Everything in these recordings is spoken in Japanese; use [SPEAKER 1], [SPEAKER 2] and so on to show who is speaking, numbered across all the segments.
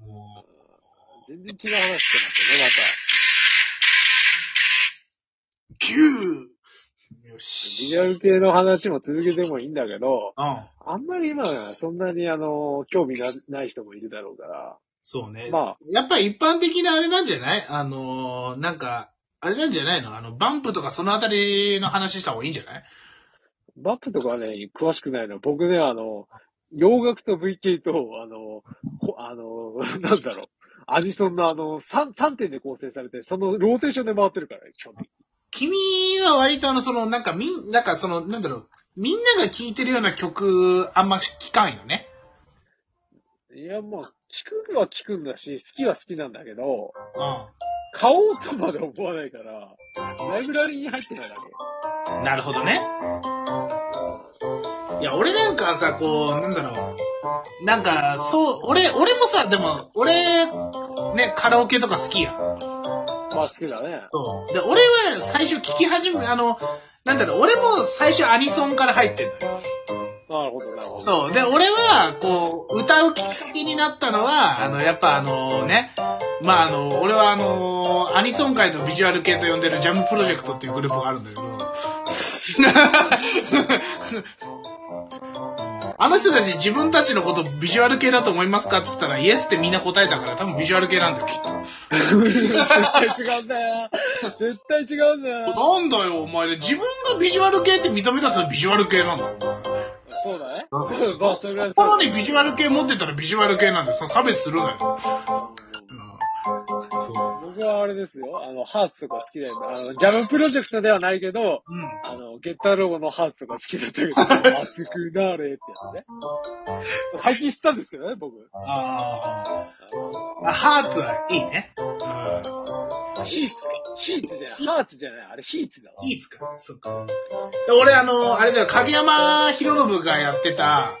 [SPEAKER 1] も
[SPEAKER 2] 全然違う話してます
[SPEAKER 1] う、9! よし。
[SPEAKER 2] よね、また。ビジュアル系の話も続けてもいいんだけど、
[SPEAKER 1] うん。
[SPEAKER 2] あんまり今、そんなにあの、興味なない人もいるだろうから、
[SPEAKER 1] そうね。
[SPEAKER 2] まあ、
[SPEAKER 1] やっぱり一般的なあれなんじゃないあのー、なんか、あれなんじゃないのあの、バンプとかそのあたりの話した方がいいんじゃない
[SPEAKER 2] バップとかね、詳しくないの。僕ね、あの、洋楽と VK と、あの、こあの、なんだろう。アニソンのあの、3、3点で構成されて、そのローテーションで回ってるから、基本的に
[SPEAKER 1] 君は割とあの、その、なんかみん、なんかその、なんだろう、みんなが聴いてるような曲、あんま聞かんよね。
[SPEAKER 2] いや、まあ、聞くは聞くんだし、好きは好きなんだけど、
[SPEAKER 1] う
[SPEAKER 2] 買おうとまで思わないから、ライブラリーに入ってないだけ。
[SPEAKER 1] ん。なるほどね。いや、俺なんかさ、こう、なんだろう。なんか、そう、俺、俺もさ、でも、俺、ね、カラオケとか好きやん。
[SPEAKER 2] まあ、好きだね。
[SPEAKER 1] そう。で、俺は最初聞き始め、あの、なんだろう、俺も最初アニソンから入ってんだよ。
[SPEAKER 2] なるほど、なるほど。
[SPEAKER 1] そう。で、俺は、こう、歌うきっかけになったのは、あの、やっぱあのね、まああの、俺はあの、アニソン界のビジュアル系と呼んでるジャムプロジェクトっていうグループがあるんだけど、 あの人たち自分たちのことビジュアル系だと思いますかって言ったら、イエスってみんな答えたから、多分ビジュアル系なんだよ、きっと。
[SPEAKER 2] 絶対違うんだよ。絶対違うんだよ。
[SPEAKER 1] なんだよ、お前で。自分がビジュアル系って認めたらそれビジュアル系なんだよ。
[SPEAKER 2] そうだね。
[SPEAKER 1] お前
[SPEAKER 2] そうまあ、それぐらいそう
[SPEAKER 1] 心にビジュアル系持ってたらビジュアル系なんで、その差別するなよ。うん。そう。
[SPEAKER 2] 僕はあれですよ。あの、ハースとか好きだよ。あの、ジャムプロジェクトではないけど、
[SPEAKER 1] うん。
[SPEAKER 2] あの、ゲッターロゴのハースとか好きだったけど、熱くなれってやつね。最近知ったんですけどね、僕。
[SPEAKER 1] ああ。ハーツはいいね。う
[SPEAKER 2] ヒーツか。ヒーツじゃない。ハーツじゃない。あれヒーツだわ
[SPEAKER 1] ん。。いいっすかそっか。で俺、あの、あれだよ、影山博信がやってた、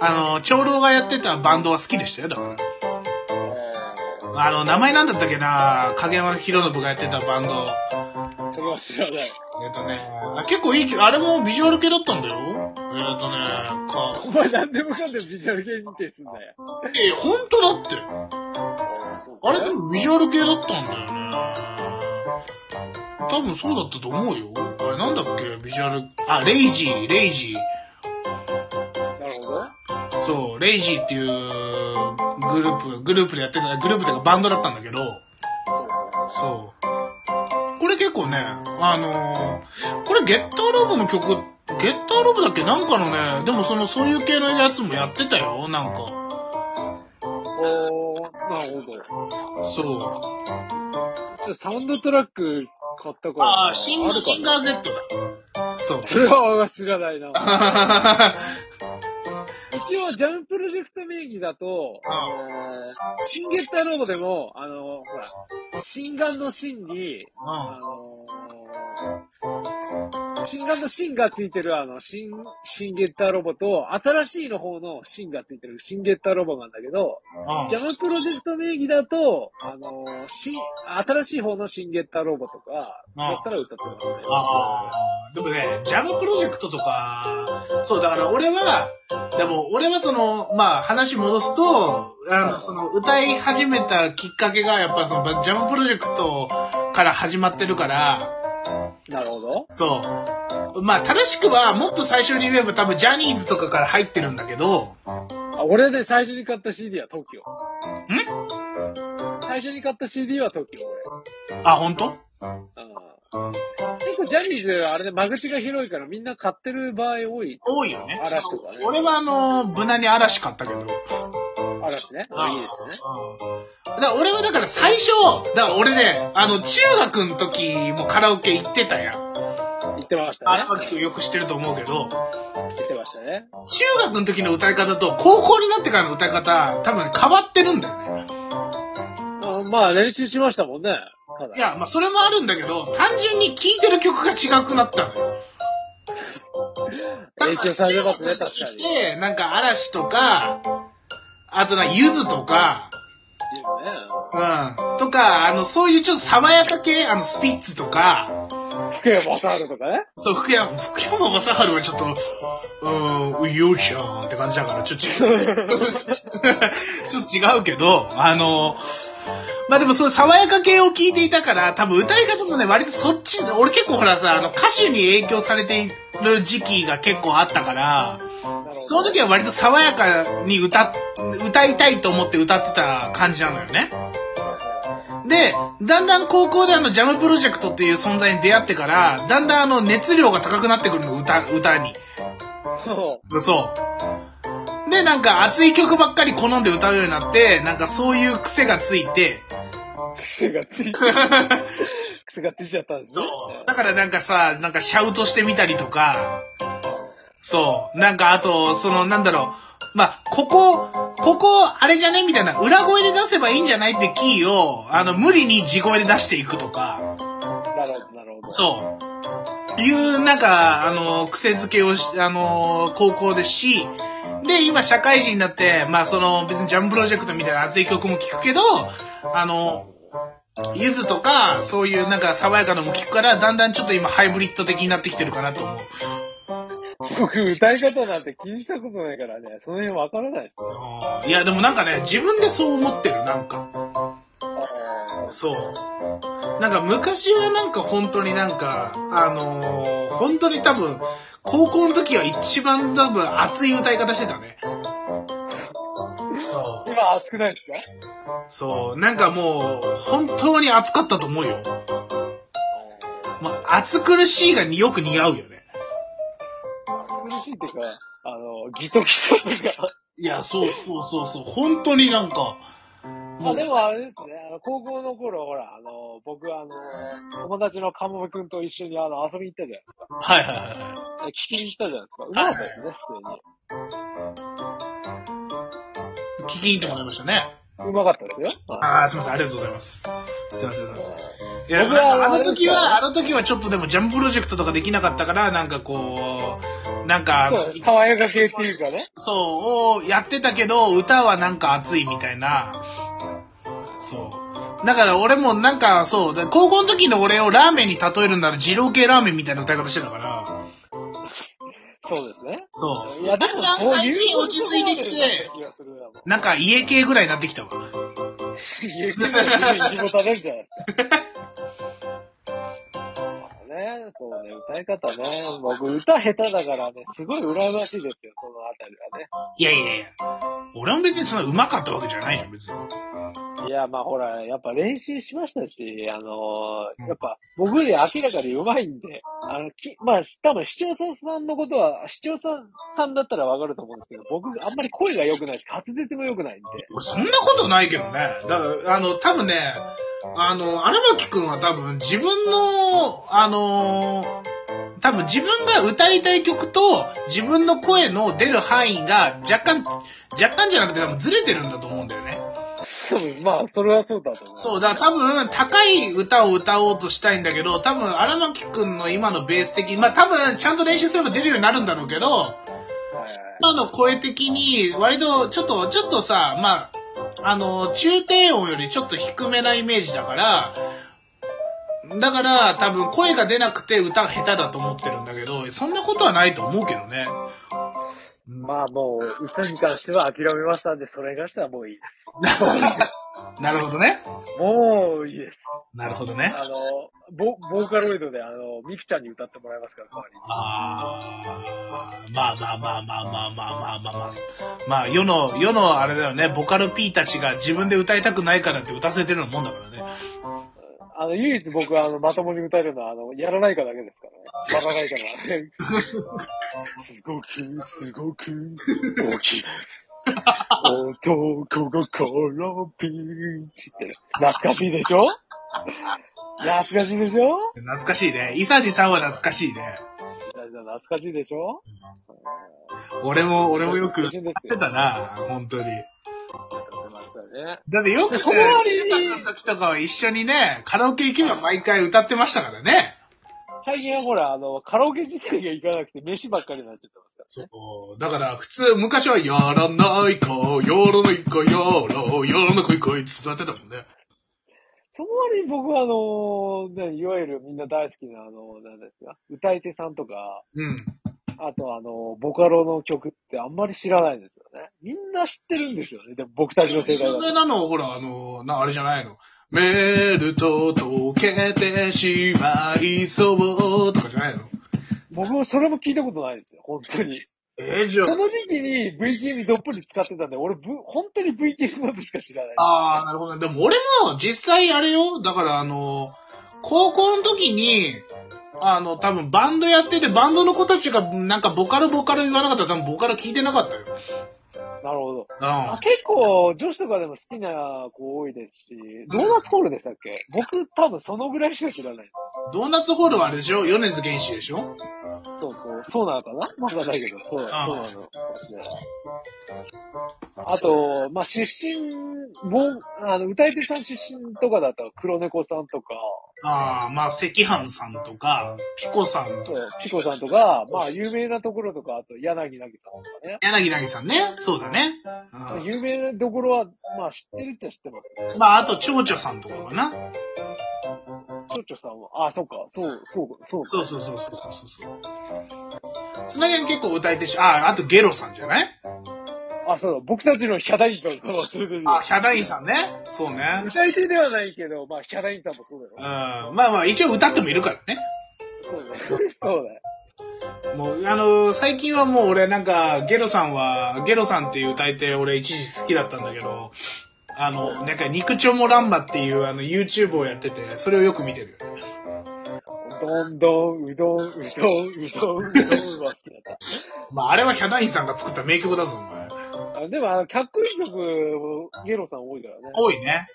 [SPEAKER 1] あの、長老がやってたバンドは好きでしたよ、だから。あの、名前なんだったっけな影山博信がやってたバンド。
[SPEAKER 2] それは知らない。
[SPEAKER 1] えっとね、あ結構いい曲、あれもビジュアル系だったんだよ。えっとね、か、
[SPEAKER 2] お前何でもかんでもビジュアル系認定すんだよ。
[SPEAKER 1] え、ほんとだって。あれでもビジュアル系だったんだよね。多分そうだったと思うよ。あれなんだっけ、ビジュアル、あ、レイジー、レイジ
[SPEAKER 2] なるほど。
[SPEAKER 1] ー。そう、レイジーっていうグループ、グループでやってた、グループというかバンドだったんだけど、そう。これ結構ね、あのー、これゲッターロブの曲、ゲッターロブだっけなんかのね、でもその、そういう系のやつもやってたよ、なんか。
[SPEAKER 2] おー、なるほど。ち
[SPEAKER 1] そ
[SPEAKER 2] ょ
[SPEAKER 1] う。
[SPEAKER 2] っとサウンドトラック買ったから。
[SPEAKER 1] ああ、シン
[SPEAKER 2] あるかな
[SPEAKER 1] シンガー Z だ。 そう。
[SPEAKER 2] それは知らないな。
[SPEAKER 1] あ
[SPEAKER 2] 一応、ジャンプロジェクト名義だと、
[SPEAKER 1] ああ
[SPEAKER 2] えーシンゲッターロボでも、あの、ほら、心眼の芯に、あのー、心眼の芯がついてる、あの、シン、シンゲッターロボと、新しいの方の芯がついてるシンゲッターロボなんだけど、ジャムプロジェクト名義だと、あのー、し、新しい方のシンゲッターロボとか、
[SPEAKER 1] ああ
[SPEAKER 2] だったら歌ってますね。
[SPEAKER 1] あーでもね、ジャムプロジェクトとか、そう、だから俺は、でも俺はその、まあ話戻すと、あの、その歌い始めたきっかけが、やっぱその、ジャムプロジェクトから始まってるから、
[SPEAKER 2] なるほど。
[SPEAKER 1] そう。まあ正しくは、もっと最初に言えば多分ジャニーズとかから入ってるんだけど、
[SPEAKER 2] あ俺ね、最初に買った CD は TOKIO。
[SPEAKER 1] ん
[SPEAKER 2] 最初に買った CD は TOKIO、俺。
[SPEAKER 1] あ、本当
[SPEAKER 2] うん結構ジャニーズ、あれで間口が広いからみんな買ってる場合多い。
[SPEAKER 1] 多いよね。
[SPEAKER 2] 嵐とかね
[SPEAKER 1] 俺はあの、無難に嵐買ったけど。
[SPEAKER 2] 嵐ね。
[SPEAKER 1] あ
[SPEAKER 2] いいですね。
[SPEAKER 1] だから俺はだから最初、だから俺ね、あの、中学の時もカラオケ行ってたやん。
[SPEAKER 2] 言ってましたね
[SPEAKER 1] あ。の時よく知ってると思うけど、
[SPEAKER 2] 言ってましたね。
[SPEAKER 1] 中学の時の歌い方と高校になってからの歌い方、多分ね変わってるんだよね。
[SPEAKER 2] あまあ、練習しましたもんね。ただ
[SPEAKER 1] いや、まあそれもあるんだけど、単純に聴いてる曲が違くなったのよ。
[SPEAKER 2] 影響されてますね、確かに。いい
[SPEAKER 1] で、なんか嵐とか、あとな、ゆずとか、
[SPEAKER 2] よね。
[SPEAKER 1] うん。とか、あの、そういうちょっと爽やか系、あの、スピッツとか、
[SPEAKER 2] 福山雅治とかね。
[SPEAKER 1] そう、福山、福山雅治はちょっと、うーん、よいしょって感じだから、ちょっと、ちょちょっと違うけど、あの、まあでもそう、爽やか系を聞いていたから、多分歌い方もね、割とそっち、俺結構ほらさ、あの、歌手に影響されている時期が結構あったから、
[SPEAKER 2] なるほど
[SPEAKER 1] その時は割と爽やかに歌っ、歌いたいと思って歌ってた感じなのよね。で、だんだん高校であのジャムプロジェクトっていう存在に出会ってから、だんだんあの熱量が高くなってくるの、歌、歌に。
[SPEAKER 2] そ
[SPEAKER 1] そう。で、なんか熱い曲ばっかり好んで歌うようになって、なんかそういう癖がついて、
[SPEAKER 2] う。癖がつい、癖がついちゃったんです
[SPEAKER 1] そ
[SPEAKER 2] ね。
[SPEAKER 1] う。だからなんかさ、なんかシャウトしてみたりとか、そう。なんかあと、そのなんだろう、まあ、ここ、ここ、あれじゃねみたいな、裏声で出せばいいんじゃないってキーを、あの、無理に地声で出していくとか、
[SPEAKER 2] なるほど、なるほど。
[SPEAKER 1] そう。いう、なんか、あの、癖づけをし、あの、高校でし、で、今、社会人になって、まあ、その、別にジャムプロジェクトみたいな熱い曲も聴くけど、あの、ゆずとか、そういうなんか爽やかなのも聴くから、だんだんちょっと今、ハイブリッド的になってきてるかなと思う。
[SPEAKER 2] 僕、歌い方なんて気にしたことないからね、その辺わからないですね。
[SPEAKER 1] あーいや、でもなんかね、自分でそう思ってる、なんか。
[SPEAKER 2] あ
[SPEAKER 1] そう。なんか昔はなんか本当になんか、あのー本当に多分、高校の時は一番多分熱い歌い方してたね。そ
[SPEAKER 2] ー今、熱くないですか
[SPEAKER 1] う。そう。なんかもう、本当に熱かったと思うよ。まあ、熱苦しいがによく似合うよね。
[SPEAKER 2] 苦しいっていうか、あの、ギトギトとか。
[SPEAKER 1] いや、そうそうそうそう。本当になんか、
[SPEAKER 2] まあでもあれですね、あの高校の頃、ほら、あの、僕、あの、友達のカモメ君と一緒にあの遊びに行ったじゃないですか。
[SPEAKER 1] はいはいはいはい。
[SPEAKER 2] 聞きに行ったじゃないですか。うまかったですね、普
[SPEAKER 1] 聞きに行ってもらいましたね。
[SPEAKER 2] 通に。うまかったですよ。はい
[SPEAKER 1] ああ、すみません。ありがとうございます。すみません。ありがとうございます。いや、
[SPEAKER 2] 僕は
[SPEAKER 1] なんかあの時
[SPEAKER 2] あれです
[SPEAKER 1] は、あの時はちょっとでもジャムプロジェクトとかできなかったから、なんかこう、なんか、
[SPEAKER 2] そう、爽やか系っていうかね。
[SPEAKER 1] そう、をやってたけど、歌はなんか熱いみたいな。そう。だから俺もなんかそう、だ高校の時の俺をラーメンに例えるなら二郎系ラーメンみたいな歌い方してたから。
[SPEAKER 2] そうですね。
[SPEAKER 1] そう。
[SPEAKER 2] いや、でも、
[SPEAKER 1] だん
[SPEAKER 2] そ
[SPEAKER 1] だ
[SPEAKER 2] うん
[SPEAKER 1] 最
[SPEAKER 2] い
[SPEAKER 1] 近
[SPEAKER 2] う
[SPEAKER 1] 落ち着いてきて、
[SPEAKER 2] 気がするなもう
[SPEAKER 1] なんか家系ぐらいになってきたわ。
[SPEAKER 2] 家来たら自分も食べるじゃないですか。ね、そうね、歌い方ね。僕、歌下手だからね、すごい羨ましいですよ、このあたりはね。
[SPEAKER 1] いやいやいや。俺も別にそんな上手かったわけじゃないじゃん、別に。
[SPEAKER 2] いや、まあほら、やっぱ練習しましたし、あのーやっぱ僕より明らかに上手いんで、あの、きまあ多分視聴者さんのことは、視聴者さんだったらわかると思うんですけど、僕あんまり声が良くないし、滑舌も良くないんで。
[SPEAKER 1] 俺そんなことないけどね。だから、あの、多分ね、あの、荒牧くんは多分自分の、あのー多分自分が歌いたい曲と自分の声の出る範囲が若干、若干じゃなくて多分ずれてるんだと思うんだよね。
[SPEAKER 2] そうまあそれはそうだと思う。
[SPEAKER 1] そう、だから多分高い歌を歌おうとしたいんだけど、多分荒牧くんの今のベース的に、まあ多分ちゃんと練習すれば出るようになるんだろうけど、
[SPEAKER 2] はい
[SPEAKER 1] 今の声的に、割と、ちょっと、ちょっとさ、まあ、あの、中低音よりちょっと低めなイメージだから、だから、多分声が出なくて歌が下手だと思ってるんだけど、そんなことはないと思うけどね。
[SPEAKER 2] まあもう、歌に関しては諦めましたんで、それに関してはもういいで
[SPEAKER 1] なるほどね。
[SPEAKER 2] す。もういいです。
[SPEAKER 1] なるほどね。
[SPEAKER 2] あの、ボ、ボーカロイドで、あの、ミキちゃんに歌ってもらいますから、代わりに。
[SPEAKER 1] あーまあまあまあまあまあまあまあまあまあ、まあ世の、世のあれだよね、ボカル P たちが自分で歌いたくないからって歌わせてるようなもんだからね。
[SPEAKER 2] あの、唯一僕は、あの、まともに歌えるのは、あの、やらないかだけですからね。やらないかな。すごく、すごく、大きいです。男心ピーチって、懐かしいでしょ懐かしいでしょ
[SPEAKER 1] 懐かしいね。イサジさんは懐かしいね。
[SPEAKER 2] 懐かしいでしょ
[SPEAKER 1] 俺も、俺もよく歌っ
[SPEAKER 2] 懐かしていんですよ
[SPEAKER 1] たな、本当に。
[SPEAKER 2] やってましたね。
[SPEAKER 1] だってよく、
[SPEAKER 2] そ
[SPEAKER 1] そう
[SPEAKER 2] あれ
[SPEAKER 1] の時とかは一緒にね、カラオケ行けば毎回歌ってましたからね。
[SPEAKER 2] 最近はほら、あの、カラオケ自体が行かなくて、飯ばっかりになっちゃってますから。
[SPEAKER 1] そう。だから、普通、昔は、やらないか、やらないか、やら、やらなくいかいって歌ってたもんね。
[SPEAKER 2] その割に僕はあのー、ね、いわゆるみんな大好きなあの、なんですか、歌い手さんとか、
[SPEAKER 1] うん。
[SPEAKER 2] あとあの、ボカロの曲ってあんまり知らないんですよね。みんな知ってるんですよね。でも僕たちの世代だ
[SPEAKER 1] 有
[SPEAKER 2] と
[SPEAKER 1] 名。なの、ほら、あの、な、あれじゃないの。メールと溶けてしまいそうとかじゃないの
[SPEAKER 2] 僕もそれも聞いたことないですよ、本当に。
[SPEAKER 1] えー、じゃ
[SPEAKER 2] その時期に VKB どっぷり使ってたんで、俺、ぶ本当に VKB のことしか知らない。
[SPEAKER 1] あ。あー、なるほどね。でも俺も実際あれよ。だからあの、高校の時に、あの、多分バンドやってて、バンドの子たちがなんかボカルボカル言わなかったら多分ボカル聞いてなかったよ。
[SPEAKER 2] なるほど。あ
[SPEAKER 1] う
[SPEAKER 2] 結構、女子とかでも好きな子多いですし、ドーナツホールでしたっけ僕、多分そのぐらいしか知らない。
[SPEAKER 1] ん。ドーナツホールはあれでしょ米津玄師でしょ
[SPEAKER 2] そうそう、そうなのかなまだだけど、そう
[SPEAKER 1] あ
[SPEAKER 2] だ、
[SPEAKER 1] あ
[SPEAKER 2] そうなの。あと、まあ、出身、もう、あの、歌い手さん出身とかだったら黒猫さんとか、
[SPEAKER 1] ああ、まあ、赤飯さんとか、ピコさん、
[SPEAKER 2] そう、ピコさんとか、まあ、有名なところとか、あと、柳凪さんとかね。
[SPEAKER 1] 柳凪さんね。そうだね。うん
[SPEAKER 2] 有名どころは、まあ、知ってるっちゃ知ってます。
[SPEAKER 1] まあ、あと、蝶々さんとかかな。
[SPEAKER 2] ちょちょさんは、あ、そっか、そう、そう、そう。
[SPEAKER 1] そうそうそうそうそうそう。つなげん結構歌い手し、あ、あとゲロさんじゃない
[SPEAKER 2] あ、そうだ、僕たちのヒャダインさんからそれで
[SPEAKER 1] あ、ヒャダインさんね。そうね。
[SPEAKER 2] 歌い手ではないけど、まあ、ヒャダインさんもそうだ
[SPEAKER 1] うん。
[SPEAKER 2] よ。
[SPEAKER 1] まあまあ、一応歌ってもいるからね。
[SPEAKER 2] そうだよ。そうだよ。
[SPEAKER 1] もう、あのー最近はもう俺なんか、ゲロさんは、ゲロさんっていう歌い手、俺一時好きだったんだけど、あの、なんか、肉ちょもらんまっていう、あの、YouTube をやってて、それをよく見てるよね。
[SPEAKER 2] どんどん、うどん、うどん、うどん、うどんは好きだっ
[SPEAKER 1] まあ、あれはヒャダインさんが作った名曲だぞ、お前。
[SPEAKER 2] た。あでも、あの、かっこいい曲、ゲロさん多いからね。
[SPEAKER 1] 多いね。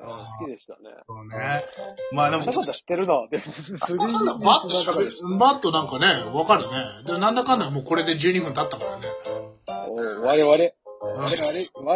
[SPEAKER 2] うん好きでしたね。
[SPEAKER 1] そうね。まあでも、
[SPEAKER 2] なかった知ってるな。でも、釣り
[SPEAKER 1] なんだ、バッと喋る。バッとなんかね、わかるね。で、なんだかんだもうこれで12分経ったからね。
[SPEAKER 2] おう我々、我々、我々